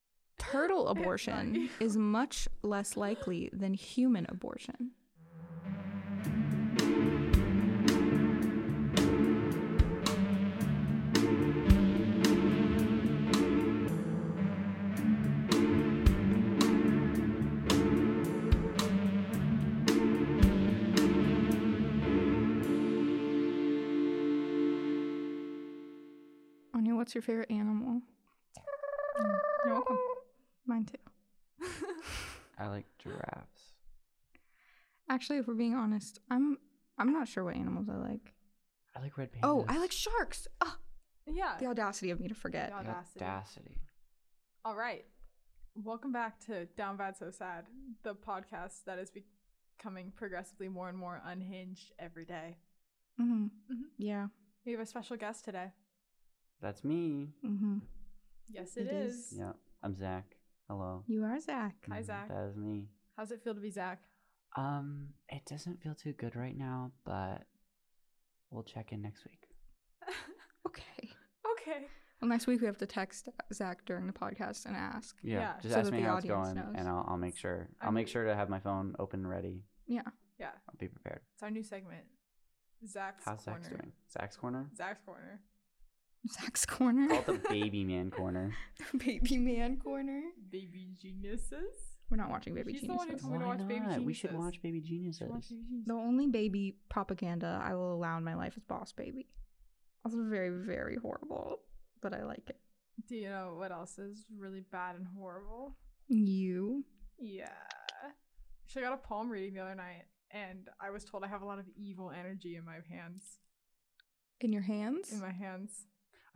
turtle abortion is much less likely than human abortion. Anya, what's your favorite animal? You're welcome. Mine too. I like giraffes. Actually, if we're being honest, I'm I'm not sure what animals I like. I like red pandas. Oh, I like sharks. Oh, Yeah. the audacity of me to The forget. The audacity. audacity. All right. Welcome back to Down Bad So Sad, the podcast that is becoming progressively more and more unhinged every day. Mm-hmm. Mhm. Yeah. We have a special guest today. That's me. Mm-hmm. Yes, It it is. is. Yeah, I'm Zach. Hello. You are Zach. Hi, Mhm, Zach. That is me. How's it feel to be Zach? Um, it doesn't feel too good right now, but we'll check in next week. Okay. okay. Well, next week we have to text Zach during the podcast and ask. Yeah. Just So ask that me the how it's audience going, knows. and I'll, I'll make sure. I'll I'm- make sure to have my phone open, and ready. Yeah. Yeah. I'll be prepared. It's our new segment. Zach's How's corner. Zach's doing? Zach's corner. Zach's corner. Zach's corner. Call it the baby man corner. baby man corner. Baby geniuses. We're not watching Baby He's the one Geniuses. who The, told me to Why watch Baby not? We should Geniuses. watch Baby Geniuses. only baby propaganda I will allow in my life is Boss Baby. Also very, very horrible, but I like it. Do you know what else is really bad and horrible? You. Yeah. Actually, I got a palm reading the other night, and I was told I have a lot of evil energy in my hands. In your hands? In my hands.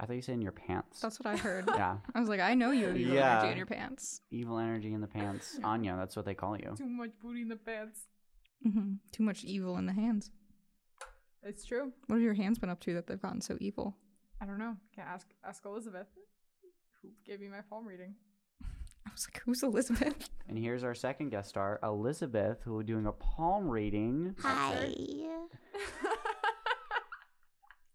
I thought you said in your pants. That's what I heard. yeah, I was like, I know you have evil Yeah. energy in your pants. evil energy in the pants. Anya, that's what they call you. Too much booty in the pants. hmm Too much evil in the hands. It's true. What have your hands been up to that they've gotten so evil? I don't know. Can't ask ask Elizabeth, who gave me my palm reading. I was like, who's Elizabeth? And here's our second guest star, Elizabeth, who will be doing a palm reading. Hi.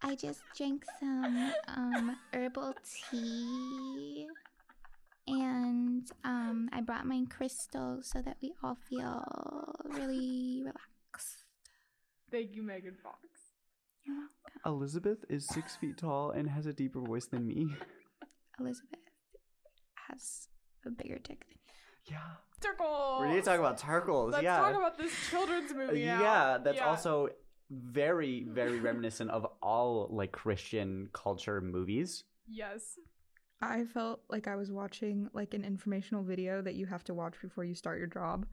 I just drank some um, herbal tea. And um, I brought my crystal so that we all feel really relaxed. Thank you, Megan Fox. Elizabeth is six feet tall and has a deeper voice than me. Elizabeth has a bigger dick than Yeah. Circle. We're gonna talk about turtles. Let's yeah. talk about this children's movie. now. yeah, that's Yeah. also very, very reminiscent of all like Christian culture movies. Yes. I felt like I was watching like an informational video that you have to watch before you start your job.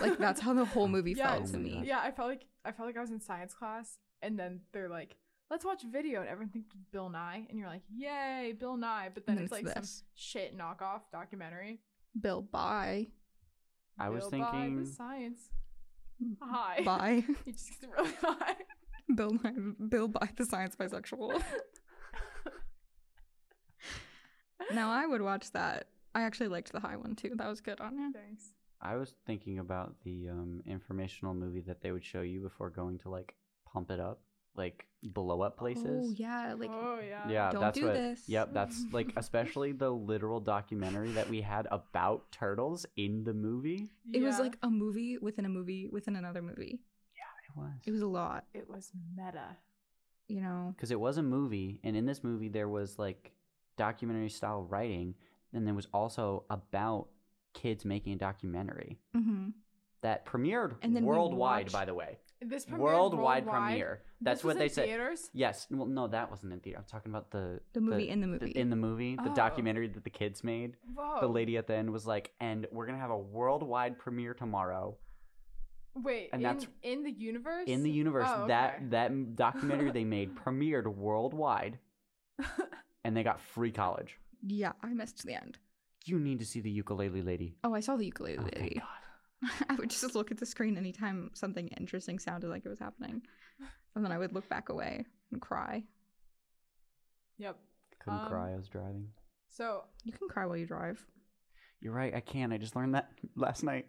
Like that's how the whole movie Yeah, felt it's- to me. Yeah, I felt like I felt like I was in science class, and then they're like, "Let's watch a video," and everyone thinks it's Bill Nye, and you're like, "Yay, Bill Nye!" But then And it's it's like some this. shit knockoff documentary. Bill, bye, I was Bill Nye thinking- with science. Hi. bye, He just gets really high. Bill, Bill, bye, the science bisexual. now I would watch that. I actually liked the high one too. That was good on you. Thanks. I was thinking about the um, informational movie that they would show you before going to like pump it up, like blow up places. Oh yeah, like oh yeah. Yeah, Don't that's do what. this. Yep, that's like especially the literal documentary that we had about turtles in the movie. it was Yeah. like a movie within a movie within another movie. It was. It was a lot, it was meta. you know. because it was a movie, and in this movie there was like documentary style writing, and there was also about kids making a documentary Mm-hmm. that premiered And then we worldwide. watched- by the way, This premiered worldwide, worldwide, premiere. This That's what was they in said. Theaters. Yes. Well, no, that wasn't in theater. I'm talking about the The movie in the movie. in the movie, the Oh. documentary that the kids made. Whoa. The lady at the end was like, "And we're gonna have a worldwide premiere tomorrow." Wait. in, and that's- in the universe. in the universe Oh, okay. that that m- documentary they made premiered worldwide and they got free college yeah, I missed the end. you need to see the ukulele lady Oh, I saw the ukulele. oh thank lady. god I would just look at the screen anytime something interesting sounded like it was happening. And then I would look back away and cry. Yep. couldn't Um, cry i was driving So You can cry while you drive. you're right i can i just learned that last night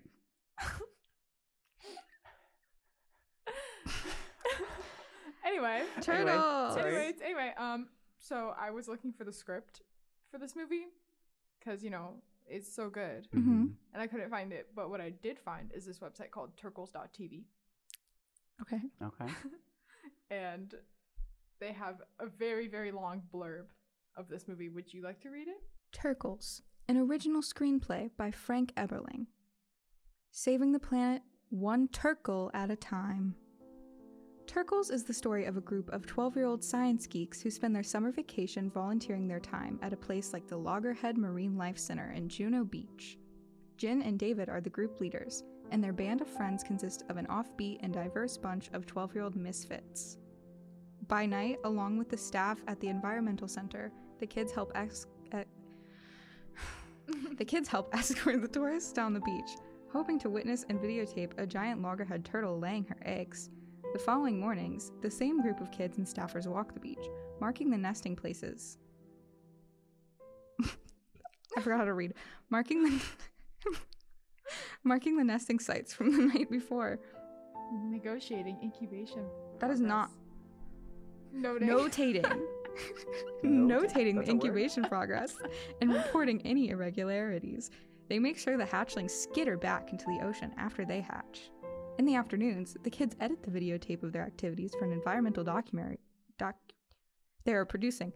anyway, Turtles! sorry. anyways, anyway, um, so I was looking for the script for this movie because you know It's so good. Mm-hmm. Mhm. And I couldn't find it, but what I did find is this website called turkles.tv. Okay. Mhm. Okay. and they have a very, very long blurb of this movie. Would you like to read it? Turkles, an original screenplay by Frank Eberling. Saving the planet one turkle at a time. Turkles is the story of a group of 12 year old science geeks who spend their summer vacation volunteering their time at a place like the Loggerhead Marine Life Center in Juneau Beach. Jin and David are the group leaders, and their band of friends consists of an offbeat and diverse bunch of 12 year old misfits. By night, along with the staff at the environmental center, the kids help ex- eh, the kids help escort the tourists down the beach, hoping to witness and videotape a giant loggerhead turtle laying her eggs. The following mornings, the same group of kids and staffers walk the beach, marking the nesting places. I forgot how to read. Marking the marking the nesting sites from the night before. Negotiating incubation. That is not No, notating Note- notating the that's a word. incubation progress and reporting any irregularities they make sure the hatchlings skitter back into the ocean after they hatch in the afternoons the kids edit the videotape of their activities for an environmental documentary doc they are producing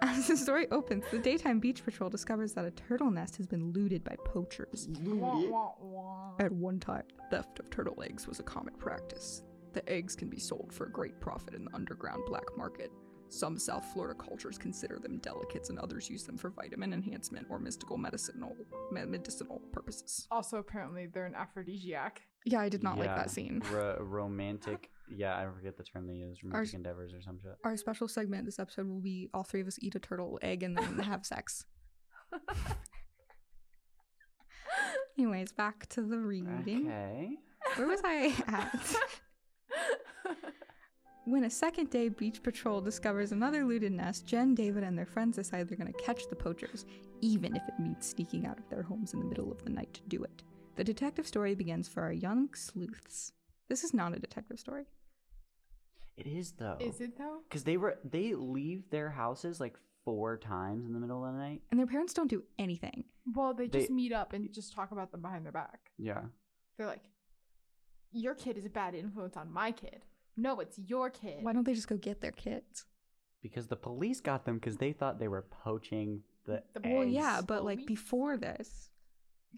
as the story opens the daytime beach patrol discovers that a turtle nest has been looted by poachers Wah, wah, wah. at one time, theft of turtle eggs was a common practice. The eggs can be sold for a great profit in the underground black market. Some South Florida cultures consider them delicates, and others use them for vitamin enhancement or mystical medicinal me- medicinal purposes. Also, apparently, they're an aphrodisiac. Yeah, I did not like Yeah. that scene. Ro- romantic. Yeah, I forget the term they use. Romantic endeavors or some shit. Our special segment this episode will be all three of us eat a turtle egg and then have sex. Anyways, back to the reading. Okay. Where was I at? When a second day beach patrol discovers another looted nest, Jen, David, and their friends decide they're going to catch the poachers, even if it means sneaking out of their homes in the middle of the night to do it. The detective story begins for our young sleuths. This is not a detective story. It is though. Is it though? Because they were they leave their houses like four times in the middle of the night. And their parents don't do anything. Well, they just They- meet up and just talk about them behind their back. Yeah. They're like, "Your kid is a bad influence on my kid. No, it's your kid." Why don't they just go get their kids? Because the police got them because they thought they were poaching the. The- Well, eggs. yeah, but like Police. before this,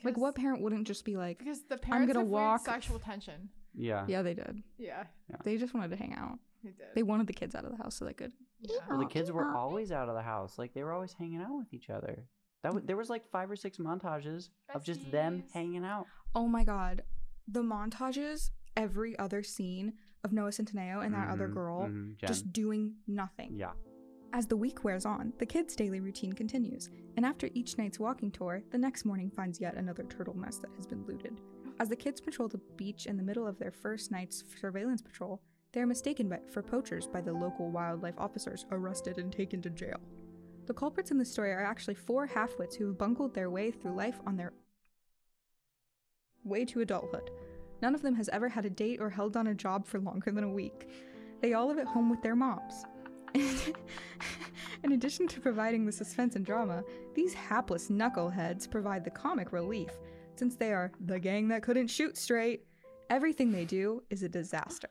like what Because- parent wouldn't just be like, Because the parents gonna have walk- weird sexual tension. Yeah. yeah, they did. Yeah, They just wanted to hang out. they did. They wanted the kids out of the house so they could. Well, yeah. the kids were always out of the house. Like they were always hanging out with each other. That was, there was like five or six montages of just them Besties. hanging out. Oh my god. The montages, every other scene of Noah Centineo and that other Mhm, girl mhm, Jen. just doing nothing. yeah. As the week wears on, the kids' daily routine continues, and after each night's walking tour, the next morning finds yet another turtle nest that has been looted. As the kids patrol the beach in the middle of their first night's surveillance patrol, they are mistaken by, for poachers by the local wildlife officers, arrested and taken to jail. The culprits in the story are actually four halfwits who have bungled their way through life on their way to adulthood. None of them has ever had a date or held down a job for longer than a week. They all live at home with their moms. In addition to providing the suspense and drama, these hapless knuckleheads provide the comic relief, since they are the gang that couldn't shoot straight. Everything they do is a disaster.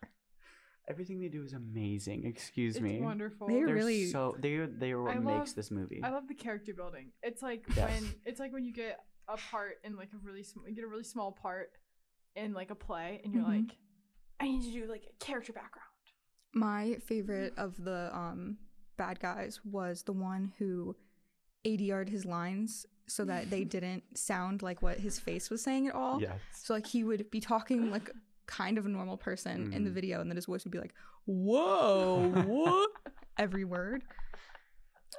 Everything they do is amazing. Excuse It's me. wonderful. They They're really- so they are- they are what I makes love- this movie. I love the character building. It's like Yeah. when it's like when you get a part in like a really sm- you get a really small part in like a play, and you're Mhm. like, I need to do like a character background. My favorite of the um, bad guys was the one who ADR'd his lines so that they didn't sound like what his face was saying at all. yes. So like he would be talking like kind of a normal person in the Mhm. video, and then his voice would be like, "Whoa, what?" Every word.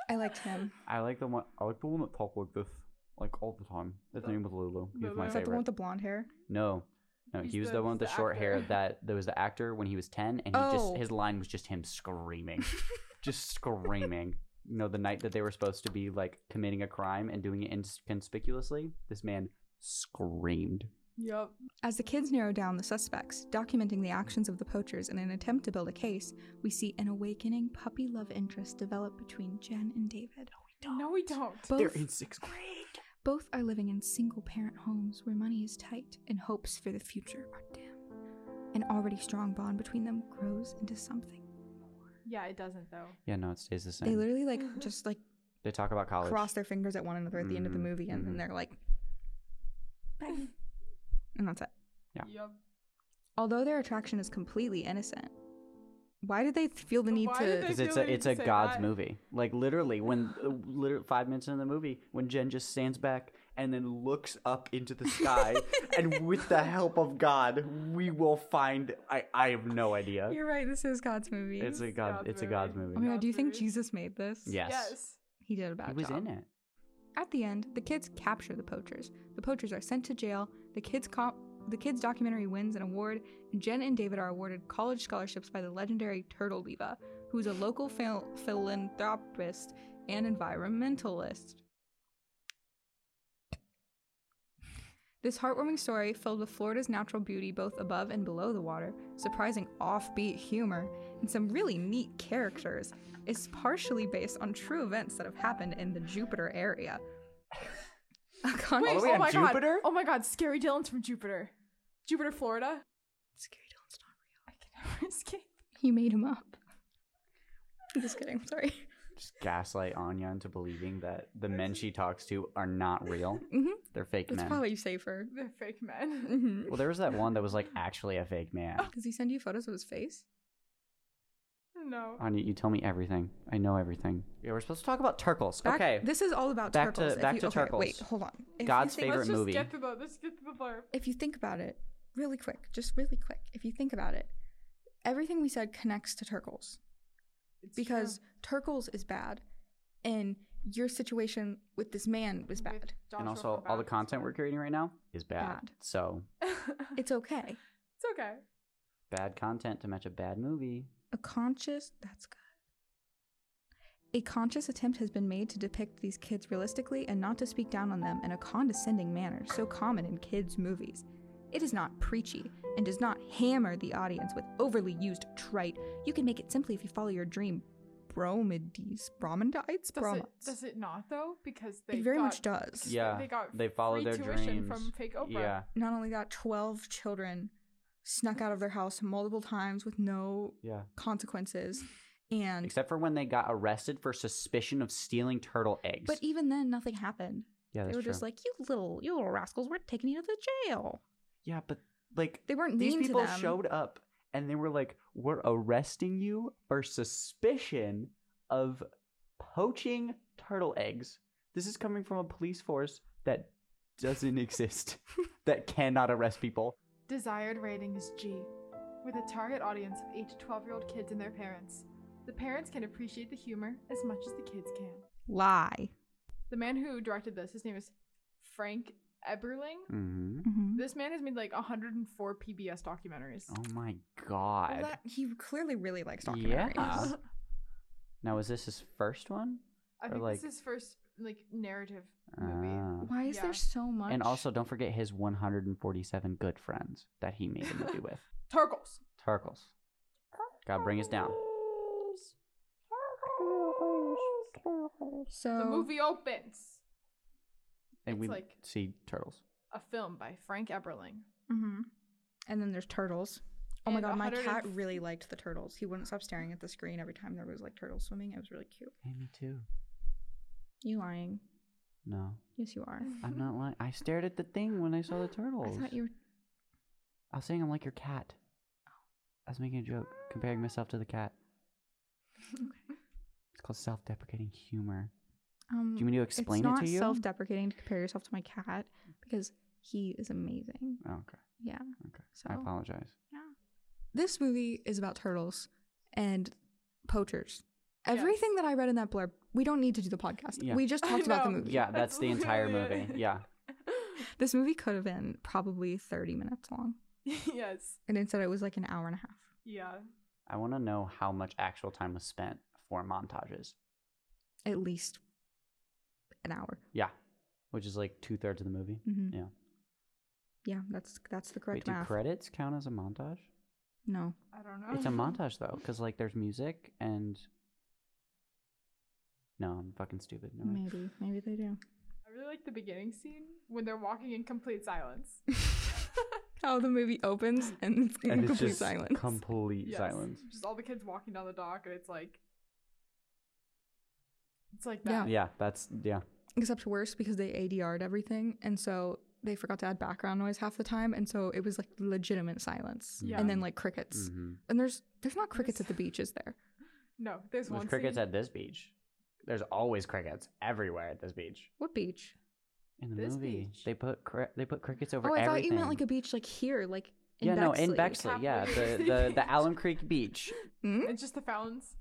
I liked him. I like the one. I like the one that talked like this, like all the time. His name was Lulu. He was Lulu. my Is Is that the one favorite. with the blonde hair? no, no, He's he was the- the, one with the, he's the short hair actor. that there was the actor when he was ten, and he Oh. just his line was just him screaming, just screaming. You know, the night that they were supposed to be like committing a crime and doing it inconspicuously, this man screamed. Yep. As the kids narrow down the suspects, documenting the actions of the poachers in an attempt to build a case, we see an awakening puppy love interest develop between Jen and David. No, we don't. Both They're in sixth grade. Both are living in single parent homes where money is tight and hopes for the future are dim. An already strong bond between them grows into something. Yeah, it doesn't though. Yeah, no, it stays the same. They literally like just like They talk about college. cross their fingers at one another at the end of the Mhm, movie and then mhm. they're like bye. And that's it. Yeah. Yup. Although their attraction is completely innocent, why did they th- feel the need Why to did they- because I it's feel a like it's you a say God's that. movie. Like literally, when literally five minutes into the movie, when Jen just stands back and then looks up into the sky, and with the help of God, we will find. I I have no idea. You're right, this is God's movie. It's a God. God's it's a God's movie. movie. Oh my god, do you think God's movie. Jesus made this? Yes. Yes. He did a bad He was job. in it. At the end, the kids capture the poachers. The poachers are sent to jail. The kids comp- the kids documentary wins an award. and Jen and David are awarded college scholarships by the legendary Turtle Diva, who is a local phil- philanthropist and environmentalist. This heartwarming story, filled with Florida's natural beauty both above and below the water, surprising offbeat humor, and some really neat characters, is partially based on true events that have happened in the Jupiter area. A con- Wait, the way oh on my Jupiter? god. Oh my god, Scary Dylan's from Jupiter. Jupiter, Florida. Scary Dylan's not I can never escape. real. You made him up. I'm just kidding. I'm sorry. Just gaslight Anya into believing that the men she talks to are not real. hmm They're fake That's men. probably safer. They're fake men. hmm well, there was that one that was like actually a fake man. Oh, Does he send you photos of his face? No. Anya, you tell me everything. I know everything. Yeah, we're supposed to talk about turtles. Back- okay. This is all about Back to- turtles. If back you- to okay, Wait, turtles. hold on. If you God's think- favorite Let's just movie. get to the let's get to the blurb. if you think about it, really quick, just really quick, if you think about it, everything we said connects to turtles It's because true. turtles is bad, and your situation with this man was With bad. Joshua and also, from all the Baptist content we're creating right now is bad. Bad. So Woman. It's okay. it's okay. bad content to match a bad movie. A conscious, that's good. A conscious attempt has been made to depict these kids realistically and not to speak down on them in a condescending manner so common in kids' movies. It is not preachy and does not hammer the audience with overly used trite. You can make it simply if you follow your dream. Bromides, bromidites, Does bromides. it, does it not though? Because they It very got, much does. They- Yeah, they got free followed their tuition dreams from fake Oprah. Yeah, Not only that, 12 children snuck out of their house multiple times with no yeah. consequences. And Except for when they got arrested for suspicion of stealing turtle eggs. But even then, nothing happened. yeah, they that's were true. just like, "You little, you little rascals, we're taking you to the jail." yeah, but like They weren't these mean people to them. showed up and they were like, "We're arresting you for suspicion of poaching turtle eggs." This is coming from a police force that doesn't exist, that cannot arrest people. Desired rating is G, with a target audience of 8 to 12 year old kids and their parents. The parents can appreciate the humor as much as the kids can. Lie. The man who directed this, his name is Frank Eberling. Mm-hmm. This man has made like 104 PBS documentaries. Oh my god. Well, that, he clearly really likes documentaries. yeah. now is this his first one? I or, think like- this is his first like narrative movie. Ah. Why is Yeah. there so much? And also, don't forget his 147 good friends that he made a movie with. Turkles. Turkles. Gotta bring us down. so The movie opens. And It's we like- see turtles. A film by Frank Eberling. Mhm. And then there's turtles. Oh my And god, my 100 cat and- really liked the turtles. He wouldn't stop staring at the screen every time there was like turtles swimming. It was really cute. Hey, me too. You lying? No, Yes, you are. I'm not lying. I stared at the thing when I saw the turtles. I thought you were. I was saying I'm like your cat. I was making a joke, comparing myself to the cat. It's called self-deprecating humor. Um, Do you want me to explain it's it not to you? self-deprecating to compare yourself to my cat because he is amazing. oh, okay. Yeah. Okay. I So- apologize. this movie is about turtles and poachers. Yes. Everything that I read in that blurb, we don't need to do the podcast. Yeah. We just I talked about the know. movie. Yeah, that's That's the entire literally movie. it. Yeah. This movie could have been probably 30 minutes long, yes. and instead it was like an hour and a half. Yeah. I want to know how much actual time was spent for montages. At least an hour. Yeah, which is like two thirds of the movie. Mhm. Yeah. Yeah, that's that's the correct Wait, do math. credits count as a montage? no. I don't know. It's a montage though, because like there's music and. No, I'm fucking stupid. No, Maybe. Maybe they do. I really like the beginning scene when they're walking in complete silence. How the movie opens and it's in and it's complete just silence. complete Yes. silence. Just all the kids walking down the dock, and it's like, it's like Yeah. that. Yeah, that's yeah. Except worse because they ADR'd everything, and so they forgot to add background noise half the time, and so it was like legitimate silence, Yeah. and then like crickets. Mm-hmm. Mhm. And there's there's not crickets at the beach, is there? No, there's There's one crickets scene. at this beach. There's always crickets everywhere at this beach. What beach? In the This movie, beach. they put cri- they put crickets over oh, I everything. thought you meant like a beach like here, like in yeah, Bexley. no, in Bexley, yeah, the Halfway. the the Allen Creek Beach. Hmm? It's just the fountains.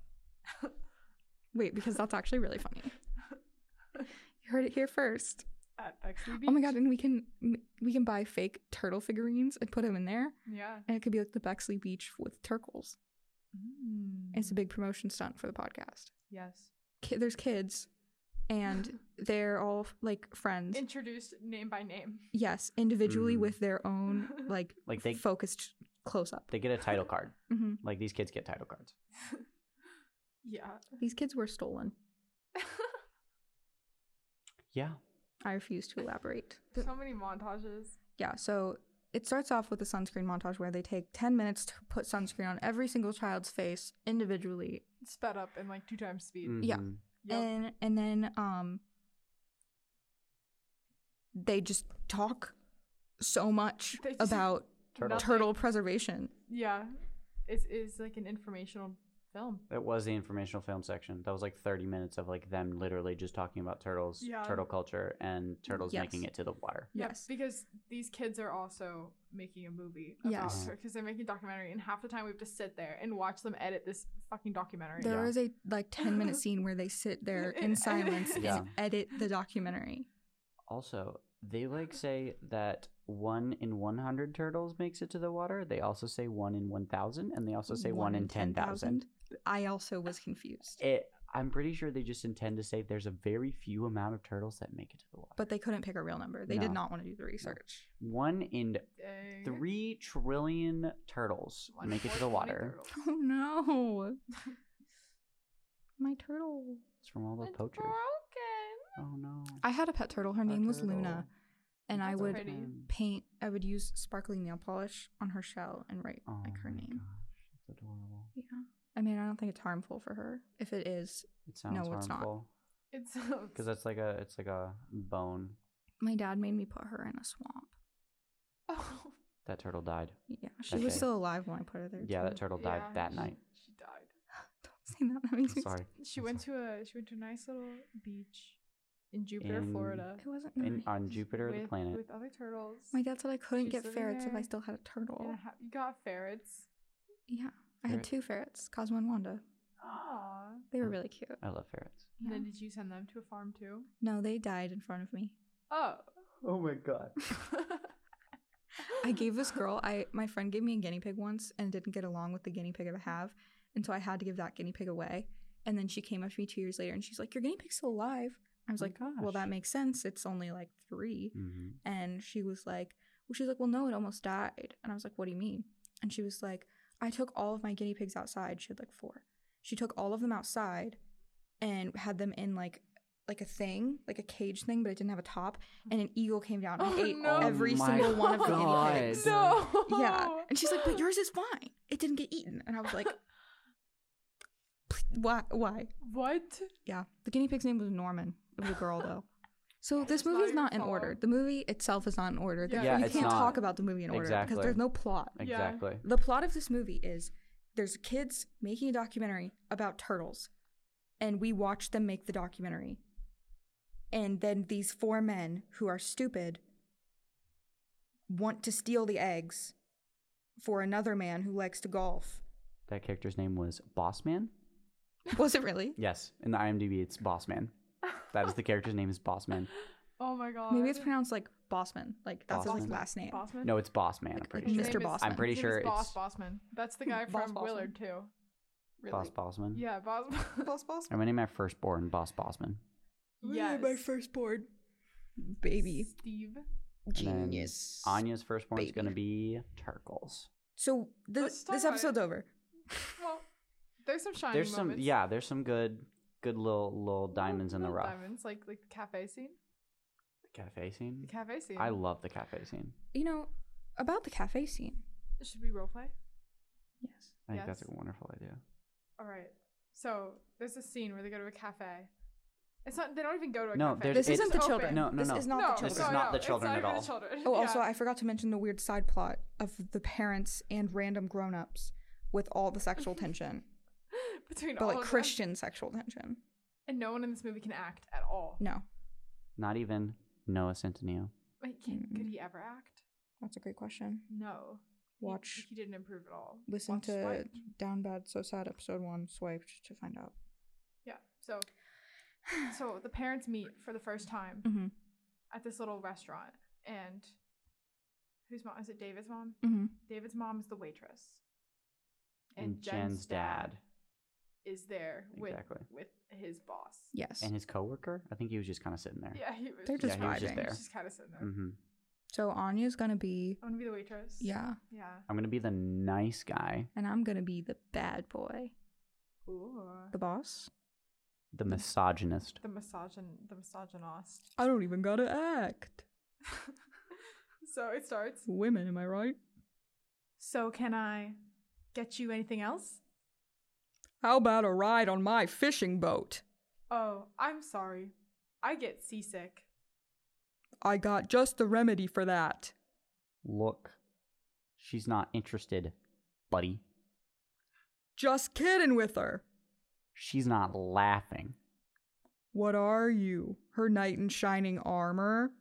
Wait, because that's actually really funny. You heard it here first. at Bexley Oh my Beach. god, and we can m- we can buy fake turtle figurines and put them in there, Yeah. and it could be like the Bexley Beach with turtles. It's a big promotion stunt for the podcast. yes. Ki- there's kids, and they're all like friends. Introduced name by name. yes, individually Mm. with their own like Like they focused close up. they get a title card. hmm Like these kids get title cards. Yeah. These kids were stolen. Yeah, I refuse to elaborate. so many montages. Yeah, so it starts off with a sunscreen montage where they take 10 minutes to put sunscreen on every single child's face individually. Sped up in like two times speed. Mm. Yeah. Mm-hmm. Mhm. Yep. And and then um they just talk so much They just- about Turtle. Nothing- turtle preservation. Yeah. It's, it's like an informational film. That was the informational film section. That was like 30 minutes of like them literally just talking about turtles, Yeah. turtle culture, and turtles Yes. making it to the water. Yeah, Yes. because these kids are also making a movie about Yes. because they're making a documentary, and half the time we have to sit there and watch them edit this fucking documentary. There Yeah. is a like 10 minute scene where they sit there in And silence edit. Yeah. and edit the documentary. Also, they like say that one in 100 turtles makes it to the water. They also say one in 1,000, and they also say one, in 10,000. I also was confused, It. I'm pretty sure they just intend to say there's a very few amount of turtles that make it to the water. but they couldn't pick a real number. They did No. not want to do the research. one in Dang. three trillion turtles One make it to the fourth water. turtle. Oh no. My turtle. It's from all the It's poachers. broken. Oh no. I had a pet turtle. Her A name was turtle. Luna. And I That's would pretty. paint, I would use sparkly nail polish on her shell and write Oh like her my name. gosh, that's adorable. Yeah. I mean, I don't think it's harmful for her. If it is, It sounds No, it's not. harmful. It's Because that's like a it's like a bone. my dad made me put her in a swamp. oh, That turtle died. Yeah. She was Okay. still alive when I put her there. Yeah, too. that turtle died yeah, that she- night. She died. Don't say that. That makes I'm me sorry. She I'm went sorry. to a she went to a nice little beach in Jupiter, In- Florida. It wasn't in, nice. on Jupiter the with- planet. with other turtles. My dad said I couldn't She's get living ferrets if I there. still had a turtle. And a ha- you got ferrets. Yeah. I had Ferret. two ferrets, Cosmo and Wanda. Aww. They Mm. were really cute. I love ferrets. Yeah. Then did you send them to a farm too? No, they died in front of me. Oh. Oh my god. I gave this girl I my friend gave me a guinea pig once and didn't get along with the guinea pig I have, and so I had to give that guinea pig away. And then she came up to me two years later and she's like, "Your guinea pig's still alive." I was My like, "Oh, "Well, Oh gosh. that makes sense. It's only like three. Mm-hmm. And she was like, "Well, she's like, well, no, it almost died." And I was like, "What do you mean?" And she was like, "I took all of my guinea pigs outside. She had like four. She took all of them outside, and had them in like." Like a thing, like a cage thing, but it didn't have a top. And an eagle came down and Oh, ate no. every Oh my single one of the God. guinea pigs. no. Yeah. And she's like, but yours is fine. It didn't get eaten. And I was like, "Pl- why? Why? What? Yeah. The guinea pig's name was Norman. It was a girl, though. So this It's not movie is your not in fault. order. The movie itself is not in order. Yeah. Therefore, Yeah, you it's can't not. talk about the movie in order because Exactly. there's no plot. Yeah. Exactly. The plot of this movie is there's kids making a documentary about turtles, and we watch them make the documentary. And then these four men who are stupid want to steal the eggs for another man who likes to golf. That character's name was Bossman. Was it really? Yes, in the IMDb it's Bossman. That is the character's name is Bossman. Oh my god. Maybe it's pronounced like Bossman. Like that's his Bossman. last name. Bossman. No, it's Bossman. I'm Like- pretty like sure. Mr. Bossman. I'm pretty His name sure is Boss it's Bossman. That's the guy Boss from Bossman. Willard too. Really? Boss Bossman. Yeah, Boss. Boss Boss. I'm gonna name my firstborn Boss Bossman. yes. firstborn baby Steve. And then genius. Anya's firstborn is gonna Baby. be Turkles. So Let's this talk this about it. episode's over. Well, there's some shining There's some moments. yeah, there's some good good little little diamonds in the Little rough. Diamonds, like like the cafe scene. The cafe scene. The cafe scene. I love the cafe scene. You know, about the cafe scene. Should we roleplay? Yes. I think that's Yes. a wonderful idea. All right. So there's a scene where they go to a cafe. It's not. They don't even go to a No, cafe. there's- This it's- isn't the open. children. No, no, this no. is not Oh, no, the This is children. no, not no, the it's children not at even the all. children. Oh, also, Yeah. I forgot to mention the weird side plot of the parents and random grown-ups with all the sexual tension, between but all like of them. Christian sexual tension. and no one in this movie can act at all. No, Not even Noah Centineo. Like, can, could he ever act? that's a great question. No. He- Watch- He, didn't improve at all. Listen Watch to Swiped. Down Bad So Sad episode one, swiped to find out. Yeah. So, so the parents meet for the first time Mm-hmm. at this little restaurant, and whose mom is it? David's mom. Mm-hmm. David's mom is the waitress, And Jen's dad. is there with Exactly. with his boss. Yes. And his coworker? I think he was just kind of sitting there. Yeah, he was. They're just Yeah, he was just vibing. there. Just kind of sitting there. hmm so Anya's gonna be I'm gonna be the waitress. yeah, Yeah. I'm going to be the nice guy, and I'm gonna be the bad boy, Ooh. the boss. the misogynist. The misogyn, the misogynist. I don't even gotta act. so it starts. Women, am I right? So can I get you anything else? How about a ride on my fishing boat? Oh, I'm sorry. I get seasick. I got just the remedy for that. Look, she's not interested, buddy. Just kidding with her. She's not laughing. What are you? Her knight in shining armor?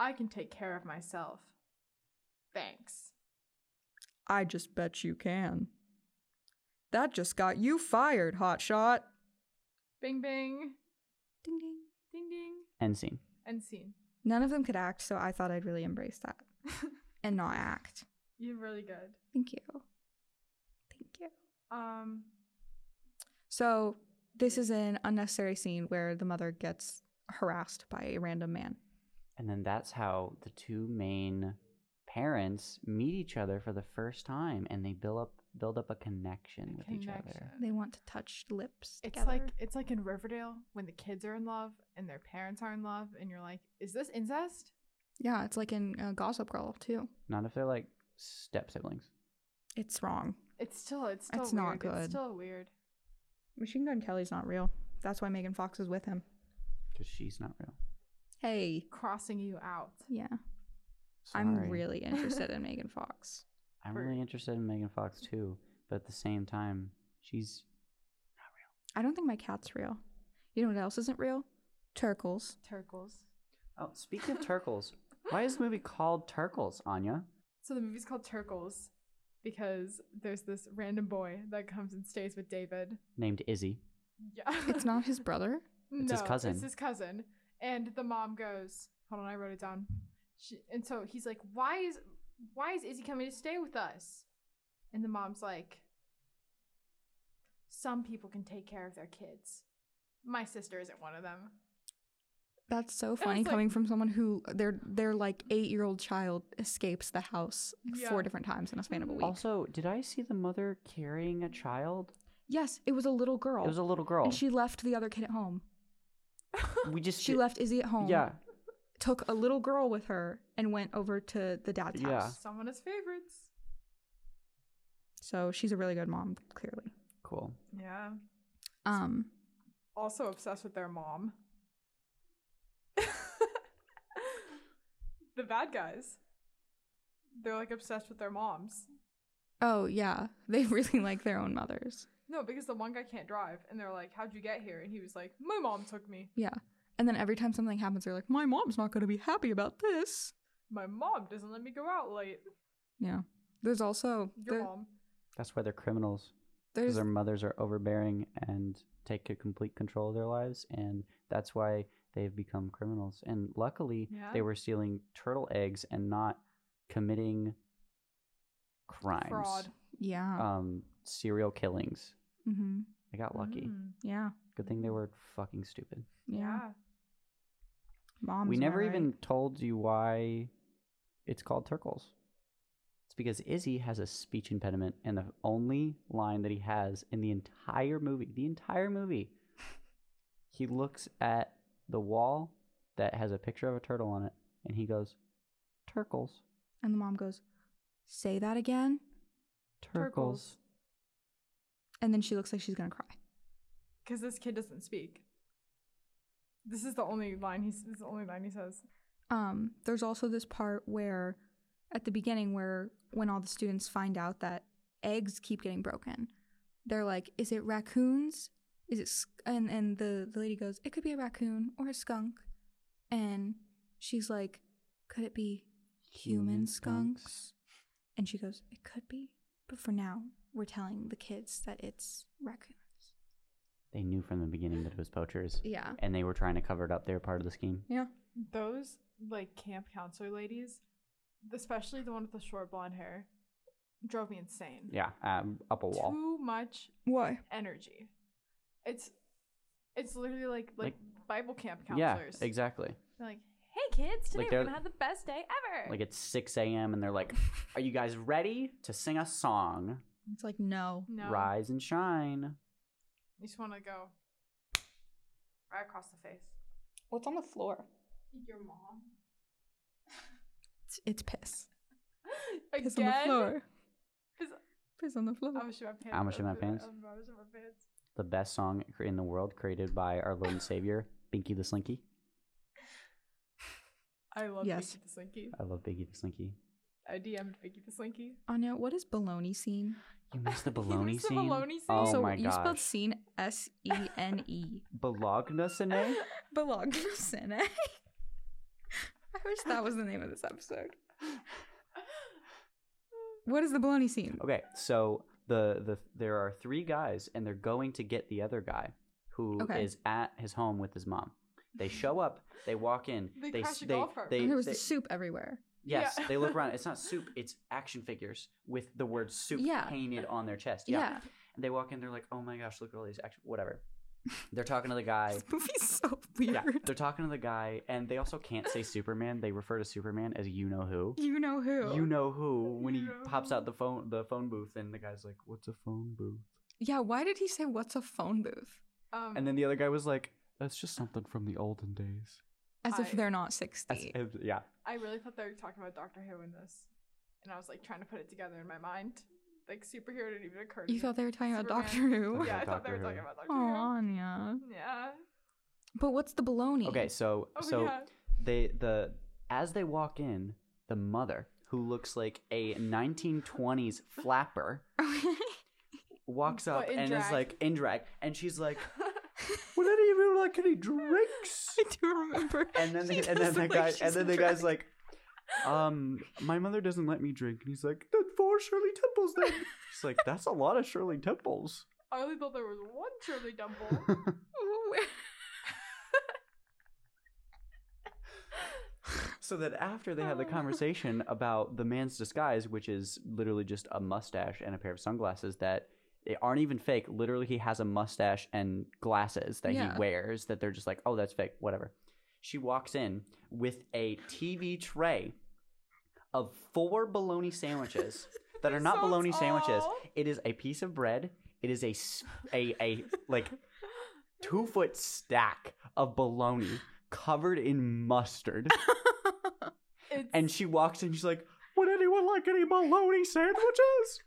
I can take care of myself. Thanks. I just bet you can. That just got you fired, hotshot. Bing bing. Ding ding. Ding ding. End scene. End scene. None of them could act, so I thought I'd really embrace that and not act. You're really good. Thank you. Thank you. Um, So, this is an unnecessary scene where the mother gets harassed by a random man. And then that's how the two main parents meet each other for the first time and they build up build up a connection with each other. connection. They want to touch lips. It's together. like it's like in Riverdale when the kids are in love and their parents are in love, and you're like, "Is this incest?" yeah, it's like in uh, Gossip Girl too. Not if they're like step siblings. It's wrong. It's still it's still It's weird. not good. It's still weird. Machine Gun Kelly's not real. That's why Megan Fox is with him. Because she's not real. Hey. Crossing you out. Yeah. Sorry. I'm really interested in Megan Fox. I'm for- really interested in Megan Fox too, but at the same time, she's I don't think my cat's real. You know what else isn't real? Turkles. Turkles. Oh, speaking of turkles, why is the movie called Turkles, Anya? So the movie's called Turkles because there's this random boy that comes and stays with David. Named Izzy. Yeah. It's not his brother. It's his cousin. It's his cousin. And the mom goes, Hold on, I wrote it down. She, and so he's like, Why is why is Izzy coming to stay with us? And the mom's like, Some people can take care of their kids. My sister isn't one of them. That's so it's funny like- coming from someone who their their like eight year old child escapes the house like, Yeah. four different times in a span of a week. Also, did I see the mother carrying a child? yes, it was a little girl. It was a little girl. And she left the other kid at home. we just She left Izzy at home. Yeah, Took a little girl with her and went over to the dad's Yeah. house. Someone has favorites. So she's a really good mom, clearly. cool. Yeah. Um, Also obsessed with their mom. the bad guys. They're like obsessed with their moms. Oh yeah, they really like their own mothers. No, because the one guy can't drive, and they're like, "How'd you get here?" And he was like, "My mom took me. Yeah. And then every time something happens, they're like, "My mom's not going to be happy about this." My mom doesn't let me go out late. Yeah. There's also Your there- mom." That's why they're criminals. Because there's their mothers are overbearing and take a complete control of their lives, and that's why they've become criminals. And luckily, Yeah. they were stealing turtle eggs and not committing crimes, Fraud. yeah. um, serial killings. mm-hmm. I got lucky. Mm, Yeah. Good thing they were fucking stupid. Yeah. yeah. Moms. we am I never right? even told you why it's called Turkles. It's because Izzy has a speech impediment, and the only line that he has in the entire movie, the entire movie, he looks at the wall that has a picture of a turtle on it, and he goes, "Turkles, And the mom goes, Say that again. turkles." And then she looks like she's going to cry. because this kid doesn't speak. This is the only line he's. This is the only line he says. Um, there's also this part where, at the beginning, where when all the students find out that eggs keep getting broken, they're like, "Is it raccoons? Is it?" Sk-? And and the, the lady goes, "It could be a raccoon or a skunk," and she's like, "Could it be human, skunks? And she goes, "It could be, but for now, we're telling the kids that it's raccoons." They knew from the beginning that it was poachers, Yeah, and they were trying to cover it up. They were part of the scheme. yeah. Those like camp counselor ladies, especially the one with the short blonde hair, drove me insane. Yeah, um, up a wall. Too much Why? energy. It's, it's literally like like, Bible camp yeah, counselors. exactly. They're like, hey kids, today Like we're they're- gonna have the best day ever. Like it's 6 a.m. and they're like, "Are you guys ready to sing a song? It's like no. no, Rise and shine." you just want to go right across the face. What's on the floor? Your mom It's, it's piss. Piss again. on the floor. Piss- Piss on the floor. I'm gonna shit my pants. I'ma shit my I'm pants. I'm gonna shit my pants. The best song cr- in the world, created by our Lord and Savior, Binky the Slinky. I love Yes. Vicky the Slinky. I love Binky the Slinky. I DM'd Vicky the Slinky. Anya, what is baloney scene? You missed the You baloney missed the scene. baloney scene? Oh so my you spelled gosh. scene S E N E. Bologna Sine? Bologna Sine. I wish that was the name of this episode. What is the baloney scene? Okay, so the the there are three guys and they're going to get the other guy who is Okay. at his home with his mom. They show up, they walk in, They they crash s- a they, golf cart. they, And there was they- the soup everywhere. yes, Yeah. they look around. It's not soup, it's action figures with the word soup Yeah. painted on their chest. Yeah. And they walk in, they're like, "Oh my gosh, look at all these action whatever." They're talking to the guy. This movie's so weird. Yeah, they're talking to the guy and they also can't say Superman. They refer to Superman as you know who. You know who. you know who when he You know pops out who. the phone the phone booth and the guy's like what's a phone booth yeah, why did he say, What's a phone booth? Um, and then the other guy was like That's just something from the olden days. As if I- they're not that's 60. it." yeah I really thought they were talking about Doctor Who in this, and I was like trying to put it together in my mind. Like superhero didn't even occur. to You me. thought they were talking about Doctor Superman. Who? Yeah, I thought they Doctor were Who. talking about Doctor Oh, Anya. Who. Yeah. But what's the baloney? okay so Oh so yeah. they the as they walk in the mother who looks like a 1920s flapper walks But up in and is drag. like in drag and she's like would any of you like any drinks I do remember. and then She the, and then does the look guy like she's and then in the drag. guy's like um my mother doesn't let me drink and he's like then four shirley temples then she's like that's a lot of shirley temples I only thought there was one Shirley Dumble. So that after they have the conversation about the man's disguise, which is literally just a mustache and a pair of sunglasses that they aren't even fake. Literally, he has a mustache and glasses that Yeah. he wears that they're just like, oh, that's fake, whatever. She walks in with a TV tray of four bologna sandwiches that are not sounds bologna sandwiches. awful. It is a piece of bread. It is a s- a a like two foot stack of bologna covered in mustard. It's, And she walks in, she's like, Would anyone like any bologna sandwiches?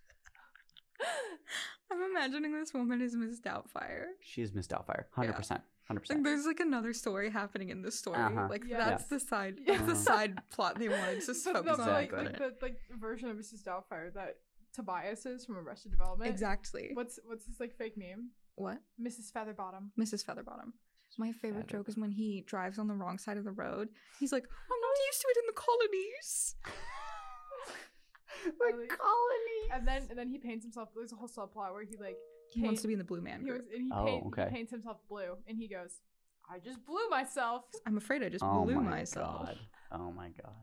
I'm imagining this woman is Miss Doubtfire. She is Miss Doubtfire. 100%. 100%. Like there's like another story happening in this story. Uh-huh. Like Yeah. that's the side Yeah. that's the Uh-huh. side plot they wanted to just but focus the, on. like, Exactly. like the like version of Mrs. Doubtfire that Tobias is from Arrested Development. exactly. What? What's what's his like fake name? Mrs. Featherbottom. Mrs. Featherbottom. My favorite joke is when he drives on the wrong side of the road. He's like, I'm not used to it in the colonies. Like, And then and then he paints himself. There's a whole subplot where he like He wants to be in the blue man he group. was and he, Oh, paint, he okay. paints himself blue, and he goes, "I just blew myself." I'm afraid I just oh blew my myself. God. Oh my God.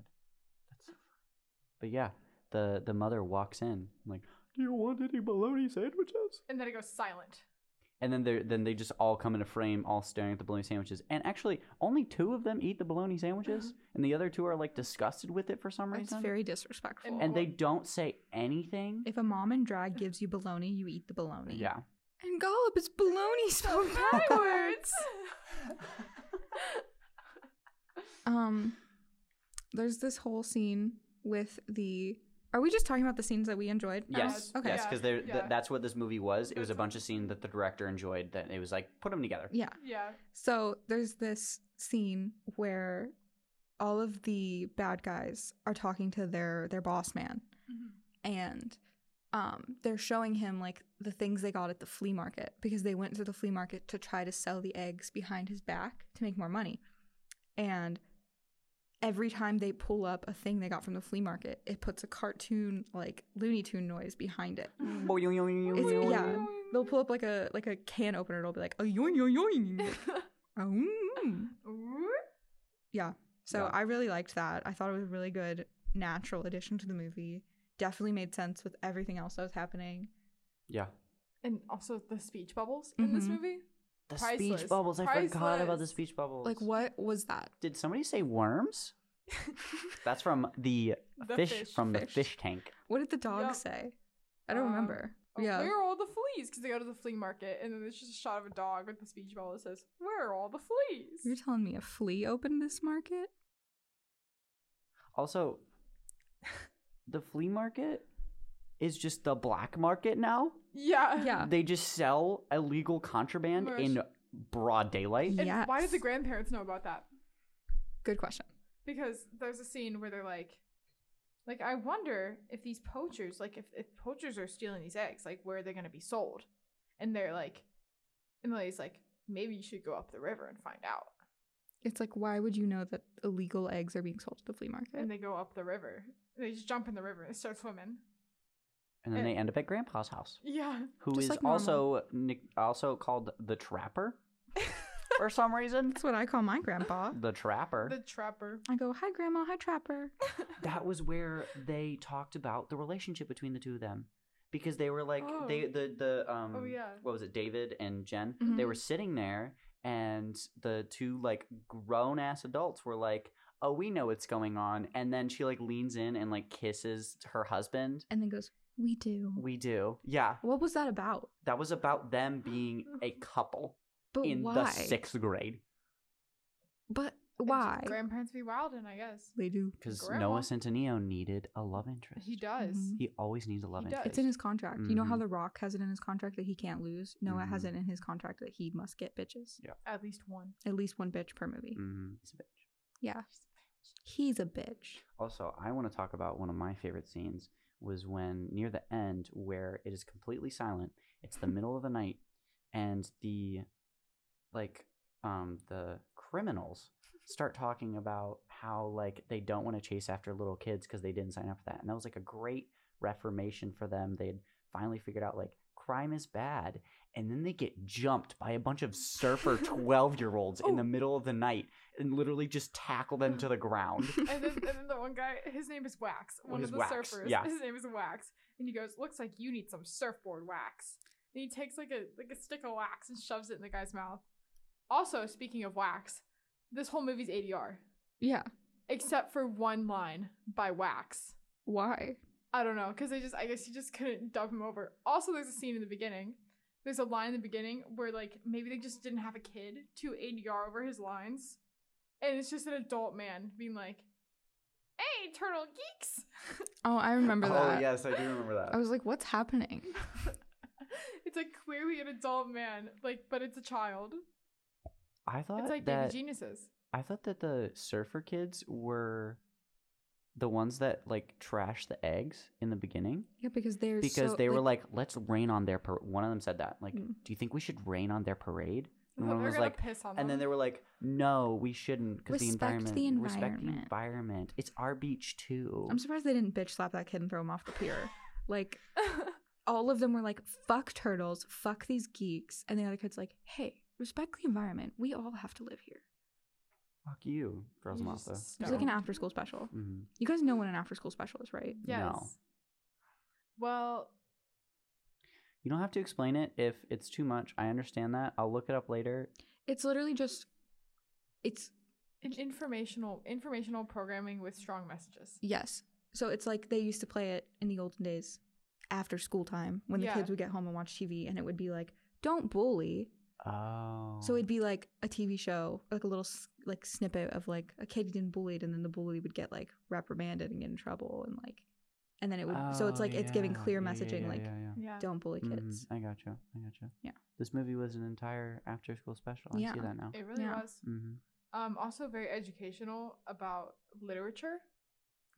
That's so funny. But yeah, the, the mother walks in, like, Do you want any bologna sandwiches? And then it goes silent. And then they are then they just all come into frame, all staring at the bologna sandwiches. And actually, only two of them eat the bologna sandwiches, and the other two are like disgusted with it for some Uh-huh. That's reason. very disrespectful. and they don't say anything. if a mom in drag gives you baloney, you eat the baloney. yeah. And Gollop is baloney spelled backwards. Backwards. Um, there's this whole scene with the. Are we just talking about the scenes that we enjoyed? now? Yes, Okay. yes, because yeah. that's what this movie was. It was a That's bunch all. of scenes that the director enjoyed. That it was like put them together. Yeah. Yeah. So there's this scene where all of the bad guys are talking to their their boss man, Mhm. and um, they're showing him like the things they got at the flea market because they went to the flea market to try to sell the eggs behind his back to make more money. And every time they pull up a thing they got from the flea market, it puts a cartoon like Looney Tune noise behind it. Mm. It's- Mm-hmm. yeah. They'll pull up like a like a can opener. It'll be like a yoing yoing yoing. Oh, mm. Yeah. So Yeah. I really liked that. I thought it was a really good natural addition to the movie. Definitely made sense with everything else that was happening. Yeah, and also the speech bubbles in this Mm-hmm. Mhm. movie. the Priceless. speech bubbles. I forgot about the Priceless. speech bubbles. Like what was that? Did somebody say worms? That's from the, The fish, fish. from the Fish. fish tank. What did the dog Yup. say? I don't Um, remember. Oh, yeah. Where are all the fleas? Because they go to the flea market, and then there's just a shot of a dog with the speech bubble that says, "Where are all the fleas?" You're telling me a flea opened this market? Also, the flea market is just the black market now. yeah. Yeah. They just sell illegal contraband Merch. in broad daylight. And why did the Yes. grandparents know about that? Good question. Because there's a scene where they're like, like I wonder if these poachers, like if, if poachers are stealing these eggs, like where are they going to be sold? And they're like, Emily's like, maybe you should go up the river and find out. It's like why would you know that illegal eggs are being sold at the flea market? And they go up the river. They just jump in the river and start swimming. And then Eh. they end up at grandpa's house, Yeah. who Just is like normal. also nick- also called the trapper for some reason. That's what I call my grandpa. The trapper. The trapper. I go, "Hi grandma, hi trapper." that was where they talked about the relationship between the two of them because they were like Oh. they the the um Oh, yeah. what was it David and Jen Mm-hmm. they were sitting there and the two like grown ass adults were like oh we know what's going on and then she like leans in and like kisses her husband And then goes, "We do." we do yeah What was that about? that was about them being a couple But in why? the 6th grade But And why? Grandparents be wildin', I guess. They do. cuz Grandma. Noah Centineo needed a love interest He does. Mhm. he always needs a love He does. interest It's in his contract. You know how Mhm. The Rock has it in his contract that he can't lose? Noah has Mhm. it in his contract that he must get bitches. At least one. At least one bitch per movie. Mhm. He's a bitch Yeah. He's a bitch. Also, I want to talk about one of my favorite scenes was when near the end where it is completely silent. It's the middle of the night and the like um the criminals start talking about how like they don't want to chase after little kids cuz they didn't sign up for that. And that was like a great reformation for them. They had finally figured out like crime is bad and then they get jumped by a bunch of surfer 12-year-olds in the Oh. middle of the night and literally just tackle them to the ground. and, then, and then the one guy, his name is Wax. Well, One of he's the Wax, surfers. yeah. His name is Wax. And he goes, Looks like you need some surfboard wax. And he takes like a like a stick of wax and shoves it in the guy's mouth. Also, speaking of wax, this whole movie's ADR. Yeah. Except for one line by Wax. Why? I don't know, because they just I guess you just couldn't dub him over. Also, there's a scene in the beginning. There's a line in the beginning where like maybe they just didn't have a kid to ADR over his lines. And it's just an adult man being like, Hey, turtle geeks! Oh, I remember that. yes, I do remember that. I was like, what's happening? it's like clearly an adult man, like, but it's a child. I thought It's like that baby geniuses. I thought that the surfer kids were the ones that like trashed the eggs in the beginning Yeah, because they're because so- they were like, "Let's rain on their." Par-. One of them said that, like, Mm. "Do you think we should rain on their parade?" And They're one was gonna like, piss on and then them. they were like, "No, we shouldn't because the Respect environment. the Respect the environment." environment. It's our beach too." I'm surprised they didn't bitch slap that kid and throw him off the pier. like, all of them were like, fuck turtles, fuck these geeks. And the other kid's like, hey, respect the environment. We all have to live here. Fuck you, girls You Malta. just It was like an No. after school special. hmm You guys know what an after school special is, right? yes. No. Well, You don't have to explain it if it's too much. I understand that. I'll look it up later. It's literally just, it's an informational informational programming with strong messages. Yes. So it's like they used to play it in the olden days after school time when the Yeah. kids would get home and watch TV and it would be like, don't bully, Oh. So it'd be like a TV show, like a little s- like snippet of like a kid getting bullied, and then the bully would get like reprimanded and get in trouble, and like, and then it would. so it's Oh, like it's giving yeah, clear yeah, yeah, messaging, yeah, like yeah, yeah. Yeah. don't bully Mhm, kids. I gotcha. I gotcha. Yeah. This movie was an entire after school special. I Yeah. see that now. It really Yeah. was. hmm Um, also very educational about literature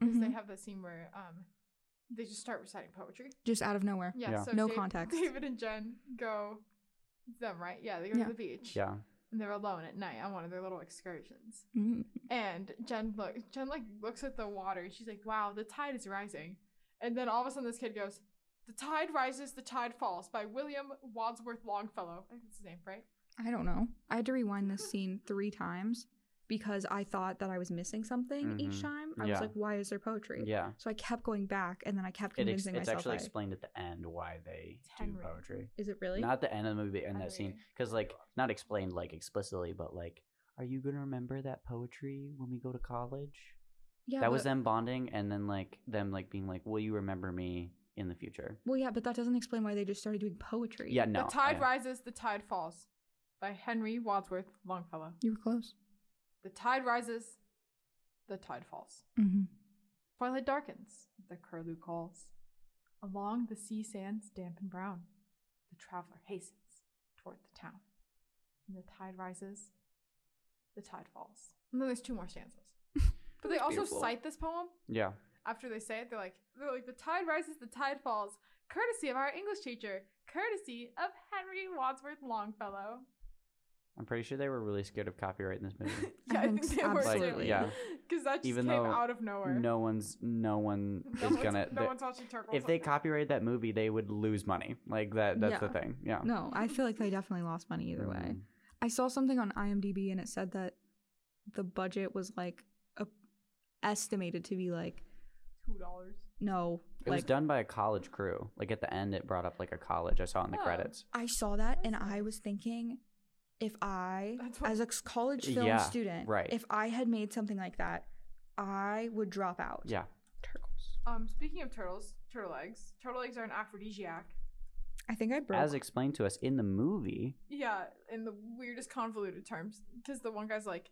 because Mhm. they have that scene where um, they just start reciting poetry. Just out of nowhere. Yeah. Yeah. So No Dave- context. David and Jen go. it's Them right? Yeah, they go Yeah. to the beach. Yeah. And they're alone at night on one of their little excursions. Mhm. And Jen look Jen like looks at the water and she's like, Wow, the tide is rising. And then all of a sudden this kid goes, The Tide Rises, the Tide Falls by William Wadsworth Longfellow. I think that's his name, right? I don't know. I had to rewind this scene three times because I thought that I was missing something each Mhm. time. I Yeah. was like, why is there poetry? Yeah. So I kept going back, and then I kept It ex- convincing it's myself. actually I, explained at the end why they do Henry. poetry. is it really? Not at the end of the movie, but in I that scene, agree. because like not explained like explicitly, but like, are you gonna remember that poetry when we go to college? yeah, that was but- them bonding, and then like them like being like, will you remember me in the future? Well, yeah, but that doesn't explain why they just started doing poetry. Yeah, no. the Tide yeah. Rises, the Tide Falls by Henry Wadsworth Longfellow. you were close. The tide rises, the tide falls. Mm-hmm. Twilight darkens, the curlew calls. Along the sea sands damp and brown, the traveler hastens toward the town. And the tide rises, the tide falls. And then there's two more stanzas. But they also Beautiful. cite this poem Yeah. after they say it. They're like, they're like, the tide rises, the tide falls, courtesy of our English teacher, courtesy of Henry Wadsworth Longfellow. I'm pretty sure they were really scared of copyright in this movie. yeah, I think think s- they were absolutely. Like, yeah. because that just Even came though out of nowhere. no one's no one no is one's, gonna no the- one's watching Turtles. if they copyrighted that movie they would lose money like that that's the Yeah. thing yeah No, I feel like they definitely lost money either way. Mhm. I saw something on IMDb and it said that the budget was like a- estimated to be like two dollars. no, it was like done by a college crew like at the end it brought up like a college i saw in the Oh. credits I saw that and I was thinking if I That's what- as a college film Yeah, student, right. if I had made something like that, I would drop out. yeah Turtles. Um, speaking of turtles, turtle eggs. Turtle eggs are an aphrodisiac. I think I broke. as explained to us in the movie Yeah, in the weirdest convoluted terms, because the one guy's like,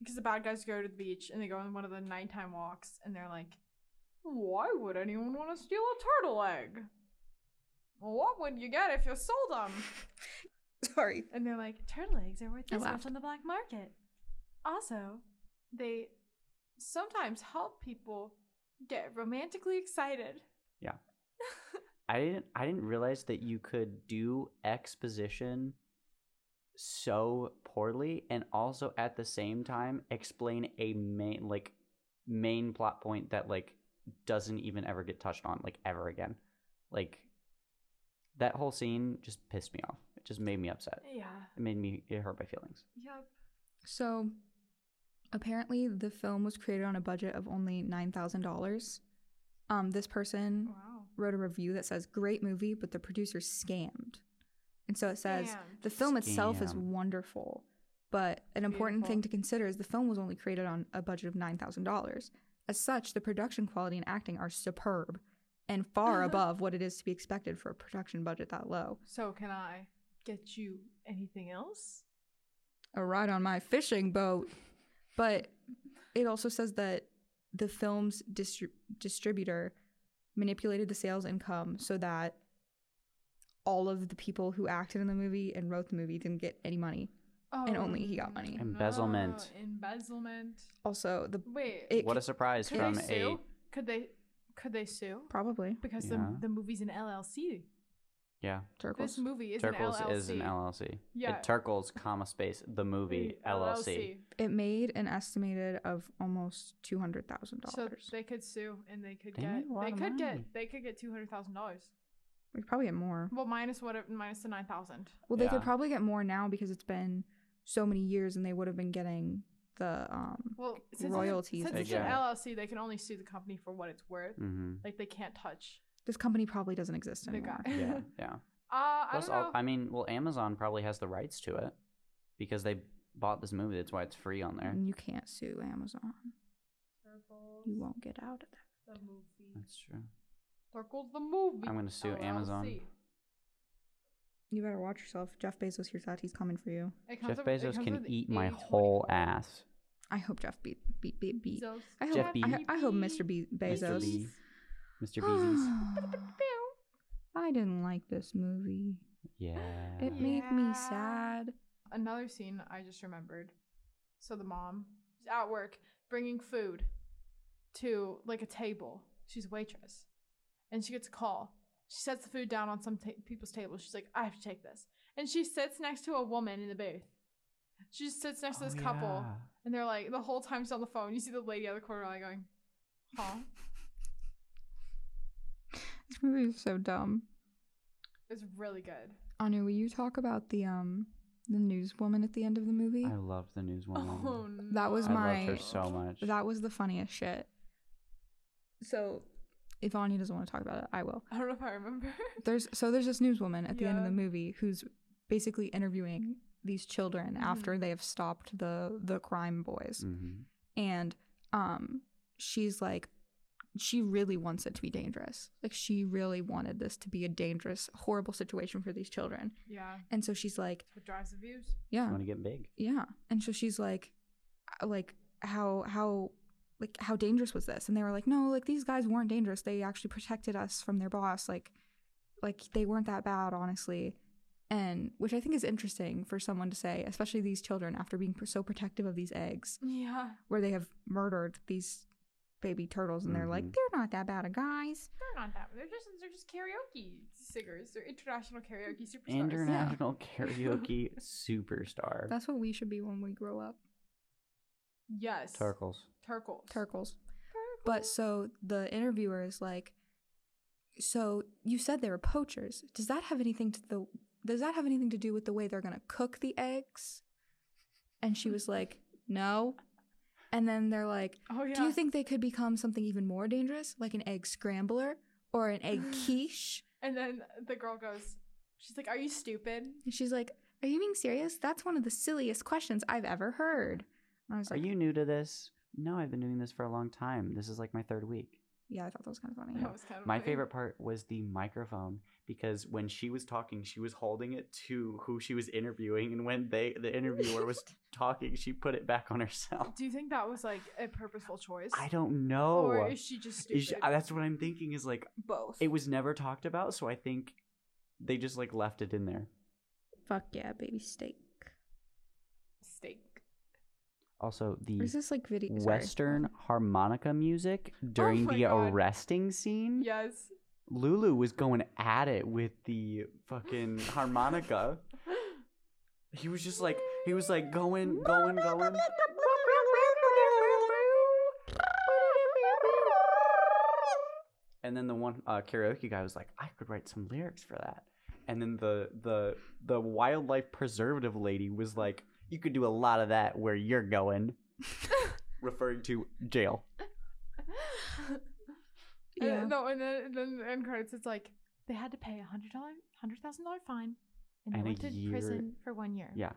because the bad guys go to the beach and they go on one of the nighttime walks and they're like, why would anyone want to steal a turtle egg? Well, what would you get if you sold them? Sorry. And they're like, turtle eggs are worth I this much laughed. on the black market. Also, they sometimes help people get romantically excited. i didn't i didn't realize that you could do exposition so poorly and also at the same time explain a main like main plot point that like doesn't even ever get touched on like ever again like that whole scene just pissed me off it just made me upset Yeah. it made me it hurt my feelings Yep. So apparently the film was created on a budget of only $9,000. Um this person Wow. wrote a review that says great movie but the producer scammed. And so it says Scammed. the film itself is Scam. wonderful, but an important Beautiful. thing to consider is the film was only created on a budget of $9,000. As such, the production quality and acting are superb and far above what it is to be expected for a production budget that low. So, can I get you anything else? a ride on my fishing boat. But it also says that the film's distri- distributor manipulated the sales income so that all of the people who acted in the movie and wrote the movie didn't get any money. Oh, only he got money. no. Mm-hmm. Embezzlement. Embezzlement. Also, the Wait. It what c- a surprise could from they a sue? Could they? Could they sue? probably Because Yeah. the the movie's an LLC. yeah Turkles. This movie is Turkles an LLC. is an LLC. Yeah. It Turkles, comma space, the movie LLC. it made an estimated of almost two hundred thousand So dollars. they could sue and they could They get made a lot they of could money. get they could get two hundred thousand dollars. We could probably get more. Well, minus what it- minus the nine thousand. Well, they Yeah. could probably get more now because it's been so many years, and they would have been getting the um. Well, since Royalties It's, and since it's shit. an LLC, they can only sue the company for what it's worth. Mm-hmm. Like they can't touch This company probably doesn't exist the anymore. guy. Mm-hmm. Yeah, yeah. uh, I Plus, don't know. all, I mean, well, Amazon probably has the rights to it because they bought this movie. That's why it's free on Mm. there. You can't sue Amazon. You won't get out of that. the movie. That's true. Circles the movie. I'm gonna sue Amazon. LLC. You better watch yourself. Jeff Bezos hears that. He's coming for you. It comes Jeff with- it Bezos comes can with eat my age whole 24. ass. I hope Jeff beat beat beat beat. Bezos. I hope Jeff I- B. I, I hope Mr. B- Bezos. B. Mr. Beezy's. I didn't like this movie. Yeah. It made me Yeah. sad. Another scene I just remembered. So the mom is at work bringing food to like a table. She's a waitress, and she gets a call. She sets the food down on some ta- people's table. She's like, "I have to take this," and she sits next to a woman in the booth. She just sits next to this Oh, couple, yeah. and they're like the whole time she's on the phone. You see the lady out of the corner eye going, "Huh." This movie is so dumb. It's really good. Anu, will you talk about the um the newswoman at the end of the movie? I loved the newswoman. Oh no. That was I my- loved her so much. That was the funniest shit. So, if Anya doesn't want to talk about it, I will. I don't know if I remember. There's so there's this newswoman at the end of Yeah. the movie who's basically interviewing these children Mhm. after they have stopped the the crime boys, Mhm. and um she's like she really wants it to be dangerous. Like she really wanted this to be a dangerous, horrible situation for these children, yeah, and so she's like, that's what drives the views. yeah, I want to get big. yeah. And so she's like, uh, like how how like how dangerous was this? And they were like, no, like these guys weren't dangerous. They actually protected us from their boss. Like, like they weren't that bad, honestly. And which I think is interesting for someone to say, especially these children, after being pr- so protective of these eggs, Yeah, where they have murdered these baby turtles, and they're like, Mhm. they're not that bad of guys. they're not that. They're just they're just karaoke singers. They're international karaoke superstars. International karaoke superstar. That's what we should be when we grow up, Yes, Turkles. Turkles. turtles. But so the interviewer is like, "So you said they were poachers. Does that have anything to the Does that have anything to do with the way they're gonna cook the eggs?" And she was like, "No." And then they're like, oh yeah. "Do you think they could become something even more dangerous, like an egg scrambler or an egg quiche?" And then the girl goes, she's like, "Are you stupid?" And she's like, "Are you being serious? That's one of the silliest questions I've ever heard." And I was Are like, you new to this? No, I've been doing this for a long time. This is like my third week. "Yeah, I thought that was kind of funny." That was kind of My funny. favorite part was the microphone because when she was talking, she was holding it to who she was interviewing, and when they the interviewer was talking, she put it back on herself. Do you think that was like a purposeful choice? I don't know. Or is she just stupid? Is she- I- that's what I'm thinking. Is like Both. it was never talked about, so I think they just like left it in there. Fuck yeah, baby steak. Steak. Also, the Is this like video? sorry. Western harmonica music during Oh my the God. arresting scene. Yes. Lulu was going at it with the fucking harmonica. He was just like he was like going, going, going. And then the one uh, karaoke guy was like, "I could write some lyrics for that." And then the the the wildlife preservative lady was like, "You could do a lot of that where you're going," referring to jail. And- Yeah. no, and then, and then in credits, it's like they had to pay a hundred dollar, hundred thousand dollar fine, and, And a they went to year- prison for one year. Yeah,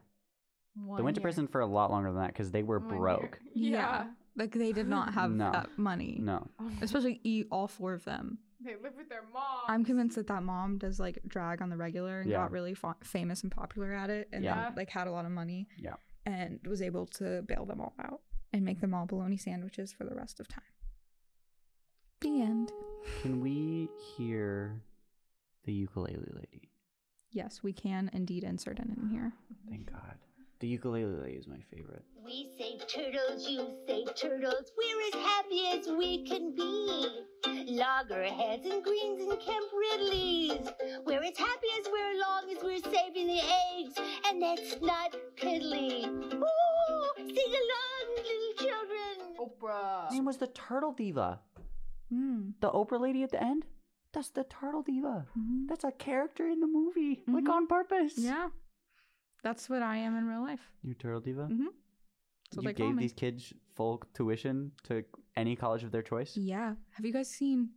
One they went to year. prison for a lot longer than that because they were One year. broke. Yeah. Oh Like they did not have No. that money. No, Especially e all four of them. they live with their mom. I'm convinced that that mom does like drag on the regular and Yeah. got really fa- famous and popular at it, and Yeah. then, like had a lot of money. Yeah. And was able to bail them all out and make them all bologna sandwiches for the rest of time. The end. can we hear the ukulele lady? Yes, we can indeed insert it in here. Thank God. The ukulele lady is my favorite. We say turtles, you say turtles, we're as happy as we can be. Loggerheads and greens and Kemp Ridleys. We're as happy as we're long as we're saving the eggs, and that's not piddly. Ooh, sing along, little children. Her Oprah. name was the Turtle Diva. Mm. The Oprah lady at the end? That's the Turtle Diva. Mhm. That's a character in the movie, like Mhm. on purpose. Yeah. That's what I am in real life. You Turtle Diva? Mhm. That's what You they call gave me. these kids full tuition to any college of their choice? Yeah. Have you guys seen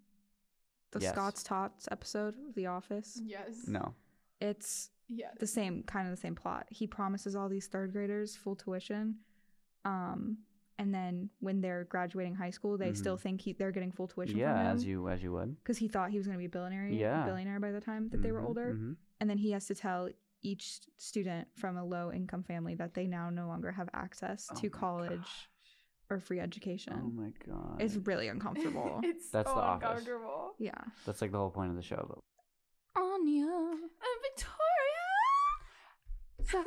the Yes. Scott's Tots episode of The Office? Yes. No. It's Yes. the same kind of the same plot. He promises all these third graders full tuition. Um and then when they're graduating high school, they still think he, they're getting full tuition Mm-hmm. Yeah, from as him you as you would. because he thought he was going to be a billionaire, Yeah. billionaire by the time that they were Mhm, older. mhm. and then he has to tell each student from a low income family that they now no longer have access Oh to my college gosh. or free Oh education. my god. it's really uncomfortable. it's That's so The Office. uncomfortable. yeah. That's like the whole point of the show. Anya. And Victoria.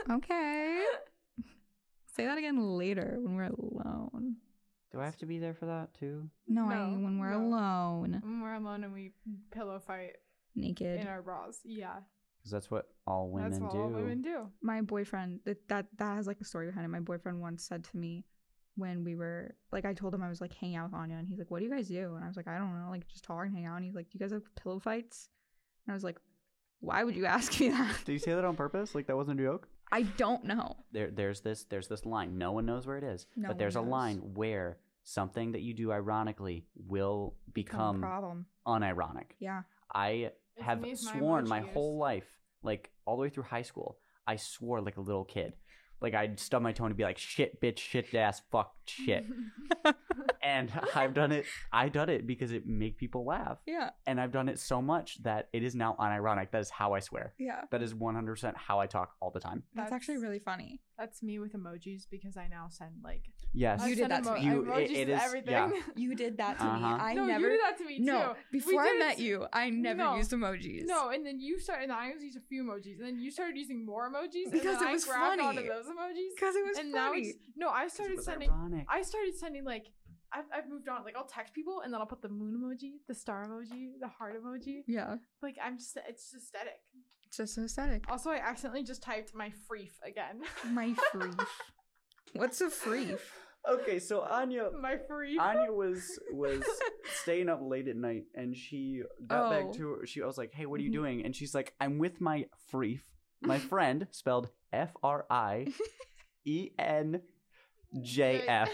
okay. Say that again later when we're alone. Do I have to be there for that too? No, I No, mean when we're no. alone, When we're alone and we pillow fight naked. in our bras. Yeah, Because that's what all women that's what do. all women do. my boyfriend that that that has like a story behind it. My boyfriend once said to me when we were like I told him I was like hanging out with Anya and he's like, What do you guys do? And I was like, I don't know, like just talk and hang out and he's like, Do you guys have pillow fights? And I was like, Why would you ask me that? Did you say that on purpose? Like that wasn't a joke? I don't know. There there's this there's this line. No one knows where it is. No but there's one a knows. line where something that you do ironically will become problem. unironic. Yeah. I It's have amazing how sworn much my you use- whole life, like all the way through high school, I swore like a little kid. Like I'd stub my toe and be like, shit, bitch, shit, ass, fuck, shit. and I've done it. I done it because it make people laugh. Yeah. And I've done it so much that it is now unironic. That is how I swear. Yeah. That is 100% how I talk all the time. That's, actually really funny. That's me with emojis because I now send like Yes. You I did send that to emo- me. You- emojis it- it to is- everything. yeah. You did that to me. Uh-huh. I no, you did that to me No, too. We before I did it met to- you, I never No. used emojis. No, and then you started. And I used to use a few emojis, and then you started using more emojis Because and then it was I grabbed all of funny. those emojis. because it was and now funny. it's no. I started was sending. ironic. I started sending like I've, I've moved on. Like I'll text people and then I'll put the moon emoji, the star emoji, the heart emoji. yeah, Like I'm just it's just aesthetic. it's just aesthetic. Also, I accidentally just typed my freef again. My freef. What's a freef? okay, so Anya my freef. Anya was was staying up late at night, and she got Oh. back to her. She I was like, "Hey, what are you Mhm. doing?" And she's like, "I'm with my frief, my friend, spelled F R I E N J F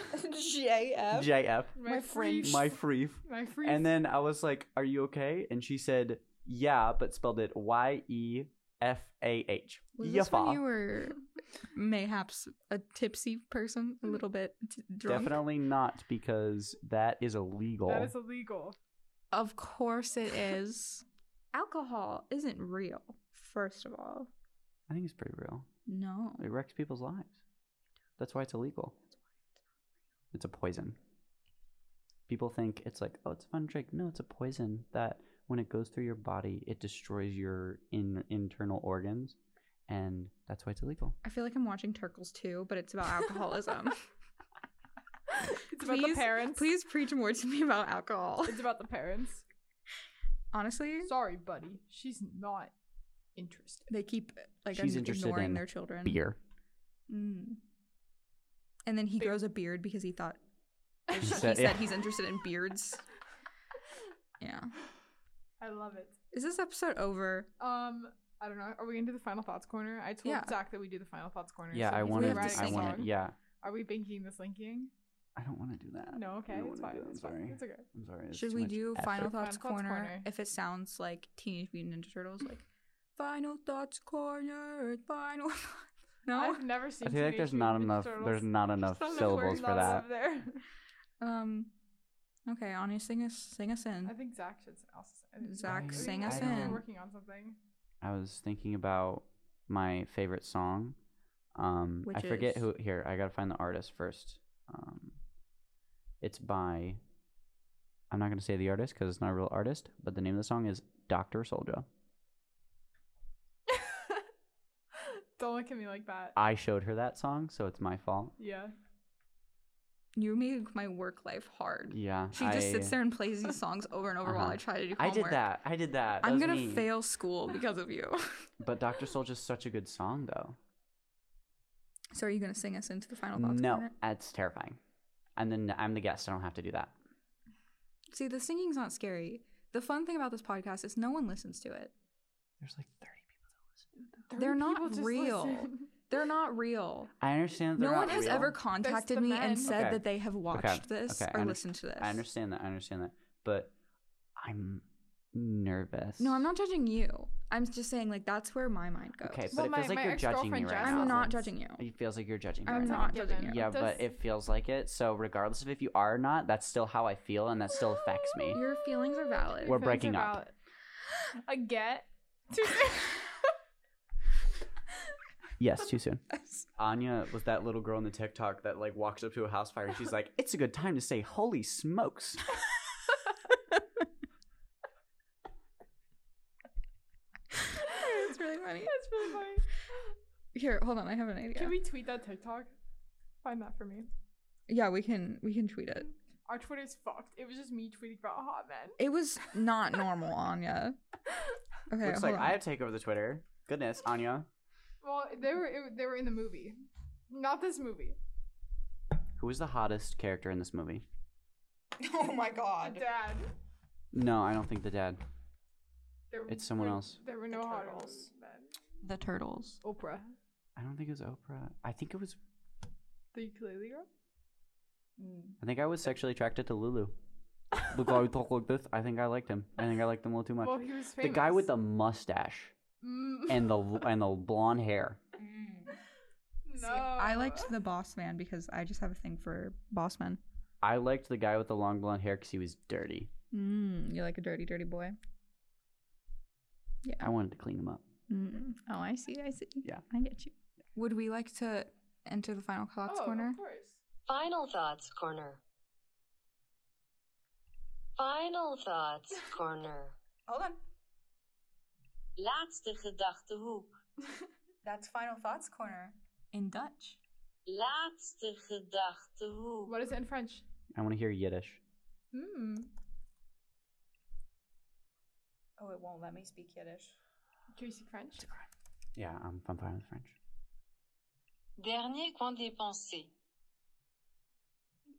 JF. J F, My friend. my frief." My freef. And then I was like, "Are you okay?" And she said, "Yeah," but spelled it Y E F A H. Was this when Yafa. you were mayhaps a tipsy person, a little bit t- drunk? Definitely not because that is illegal. that is illegal. Of course it is. Alcohol isn't real, first of all. I think it's pretty real. No. It wrecks people's lives. That's why it's illegal. It's a poison. People think it's like, oh, it's a fun drink. No, it's a poison that when it goes through your body, it destroys your in- internal organs, and that's why it's illegal. I feel like I'm watching Turkles too, but it's about Oh, alcoholism. It's about the Please- parents. Please preach more to me about alcohol. It's about the parents. Honestly, Sorry, buddy. She's not interested. they keep like She's ign- interested ignoring in their children. Beer. Mm. And then he Beer. grows a beard because he thought he said- said yeah. he's interested in beards. Yeah. I love it. Is this episode over? Um, I don't know. Are we gonna do the final thoughts corner? I told Yeah. Zach that we do the final thoughts corner. Yeah, so I he's want have to to. writing I a sing want to. song. Yeah, Are we banking this linking? I don't want to do that. No, okay, I don't it's fine. wanna do that. It's I'm sorry. fine. It's okay. I'm sorry. it's Should too we much do effort. Final Thoughts, Thoughts corner, Corner. if it sounds like Teenage Mutant Ninja Turtles? Like Final Thoughts Corner, Final. Thoughts." No. I've never seen. I feel like Teenage there's not Mutant Ninja enough. Turtles. There's not enough Just don't know where syllables it for is that. up there. Um. Okay, Anya, sing us, sing us in. I think Zach should also. I think- Zach, I- sing I us think we're in. Working on something. I was thinking about my favorite song. Um, I Which forget is? who. Here, I gotta find the artist first. Um, it's by. I'm not gonna say the artist because it's not a real artist, but the name of the song is Doctor Soldier. don't look at me like that. I showed her that song, so it's my fault. yeah. You make my work life hard. Yeah, She just I- sits there and plays these songs over and over while Uh-huh. I try to do I homework. did that. I did that. that I'm was gonna me. fail school because of you. But Doctor Soldier's such a good song, though. so are you gonna sing us into the final thoughts? No, corner? that's terrifying. And then I'm the guest. I don't have to do that. See, the singing's not scary. The fun thing about this podcast is no one listens to it. There's like 30 people. They're Thirty not people just real. listen. They're not real. I understand. that no they're one not has real. ever contacted the me men. and said Okay. that they have watched this Okay, I or under- listened to this. I understand that. I understand that. But I'm nervous. No, I'm not judging you. I'm just saying, like, that's where my mind goes. Okay, but Well, it my- feels like my you're judging me ex-girlfriend right Jess- now. I'm not Thousands. judging you. It feels like you're judging me I'm right not now. judging you. Yeah, but Does- it feels like it. So regardless of if you are or not, that's still how I feel, and that still affects me. Your feelings are valid. We're Feelings breaking are up. valid. A get. Yes, too soon. Anya was that little girl in the TikTok that like walks up to a house fire and she's like, "It's a good time to say holy smokes." it's really funny. That's really funny. Here, hold on. I have an idea. Can we tweet that TikTok? Find that for me. yeah, we can. We can tweet it. Our Twitter's fucked. It was just me tweeting about hot men. It was not normal, Anya. Okay, Looks hold like on. I have to take over the Twitter. Goodness, Anya, Well, they were it, they were in the movie, not this movie. who is the hottest character in this movie? Oh my god. Dad. No, I don't think the dad. There, were- It's someone there- else. There were The no hot turtles. men. the turtles. Oprah, I don't think it was Oprah. I think it was. the ukulele girl. Mm. I think I was sexually attracted to Lulu. The guy who talked like this. I think I liked him. I think I liked him a little too much. Well, he was the famous. guy with the mustache Mm, and the and the blonde hair. no. I liked the boss man because I just have a thing for boss men. I liked the guy with the long blonde hair because he was dirty. Mm, you're like a dirty, dirty boy. I wanted to clean him up. Mm. Oh, I see. I see. Yeah. I get you. Would we like to enter the final thoughts oh, corner? Of course. Final thoughts corner. Final thoughts corner. Hold on. Laatste gedachtehoek. That's Final Thoughts Corner. In Dutch. Laatste gedachtehoek. What is it in French? I want to hear Yiddish. Hmm. Oh, it won't let me speak Yiddish. Can you speak French? Yeah, I'm, I'm fine with French. Dernier coin dépensé.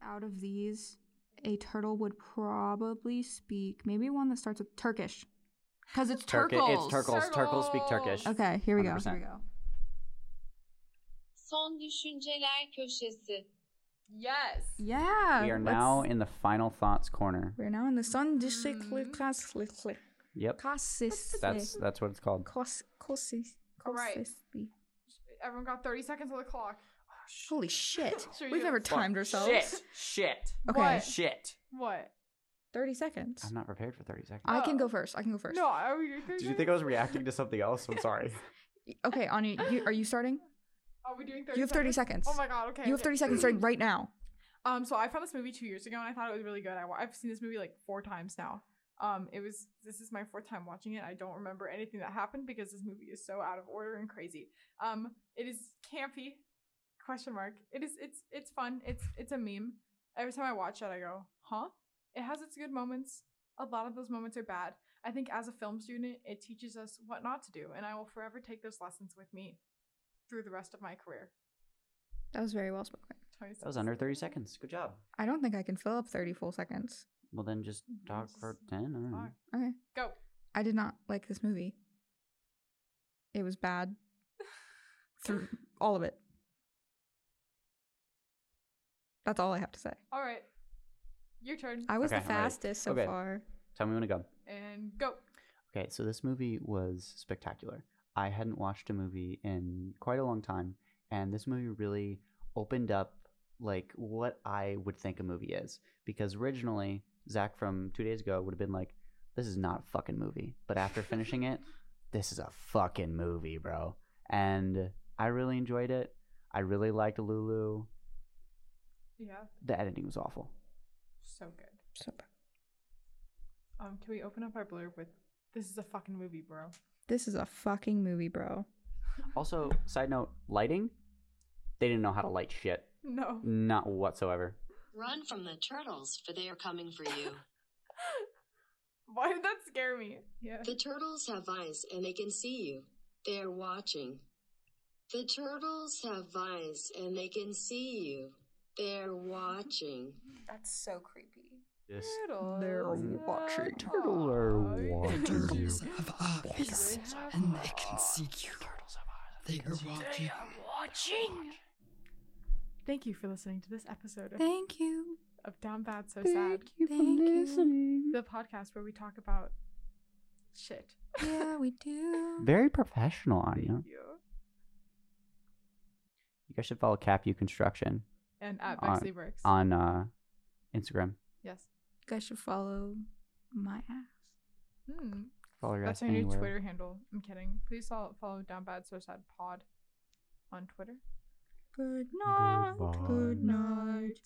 Out of these, a turtle would probably speak maybe one that starts with Turkish, because it's Turkey- turkles. it's turkles. Turkles speak Turkish. Okay, here we go. Here 100%. we go. Son düşünceler köşesi. Yes. Yeah. we are let's- now in the final thoughts corner. We're now in the sun district. Mhm. Kassis. Yep, that's that's what it's called. Kassis. Alright. Everyone got 30 seconds on the clock. Holy shit. Sure We've you- never Fuck. timed ourselves. Shit! Okay. What? Shit! What? 30 seconds. I'm not prepared for 30 seconds. I can Oh. go first. I can go first. No, are we doing Did 30 you think I was reacting to something else? I'm sorry. Okay, Anya, you, are you starting? Are we doing 30 You have 30 seconds. Oh my god, okay. You have okay. 30 seconds starting right now. Um, so I found this movie two years ago, and I thought it was really good. I, wa- I've seen this movie like four times now. Um, it was this is my fourth time watching it. I don't remember anything that happened because this movie is so out of order and crazy. Um, it is campy, question mark. It is it's it's fun. It's it's a meme. Every time I watch it, I go, huh? It has its good moments. A lot of those moments are bad. I think as a film student, it teaches us what not to do, and I will forever take those lessons with me through the rest of my career. That was very well spoken. That was under 30 seconds. Good job. I don't think I can fill up 30 full seconds. Well, then just talk for 10. I don't know. Fuck. Okay. Go. I did not like this movie. It was bad. Through all of it. That's all I have to say. All right. Your turn. I was Okay, the I'm ready. fastest so Okay. far. Tell me when to go. and go. Okay, so this movie was spectacular. I hadn't watched a movie in quite a long time, and this movie really opened up like what I would think a movie is. Because originally, Zach from two days ago would have been like, "This is not a fucking movie," but after finishing it, this is a fucking movie, bro. And I really enjoyed it. I really liked Lulu. Yeah. The editing was awful. So good. So bad. Um, can we open up our blurb with this is a fucking movie, bro? This is a fucking movie, bro. Also, side note, lighting. They didn't know how to light shit. No. Not whatsoever. Run from the turtles, for they are coming for you. Why did that scare me? Yeah. The turtles have eyes and they can see you. They are watching. The turtles have eyes and they can see you. They're watching. That's so creepy. Just Turtles. They're watching. Turtle are watching. Turtles have eyes, have and they can see you. They are watching. Thank you for listening to this episode of, Thank you. of Down Bad So Sad, you Thank you. the podcast where we talk about shit. Yeah, we do. Very professional, Anya. Thank you. You guys should follow Capu Construction And at On- Bexley Works. on uh, Instagram. Yes. You guys should follow my ass. Hmm. Follow your That's ass our new anywhere. Twitter handle. I'm kidding. Please follow, follow Down Bad So Sad Pod on Twitter. Good night. Good Goodbye. night.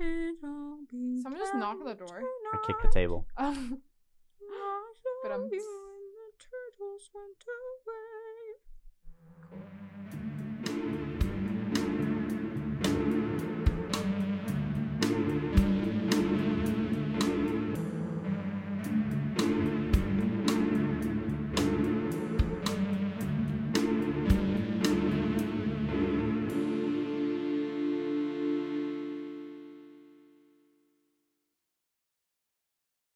It'll be. Someone just knocked on the time door. I kicked the table. Um, tonight. I shall But, um, be when the turtles went to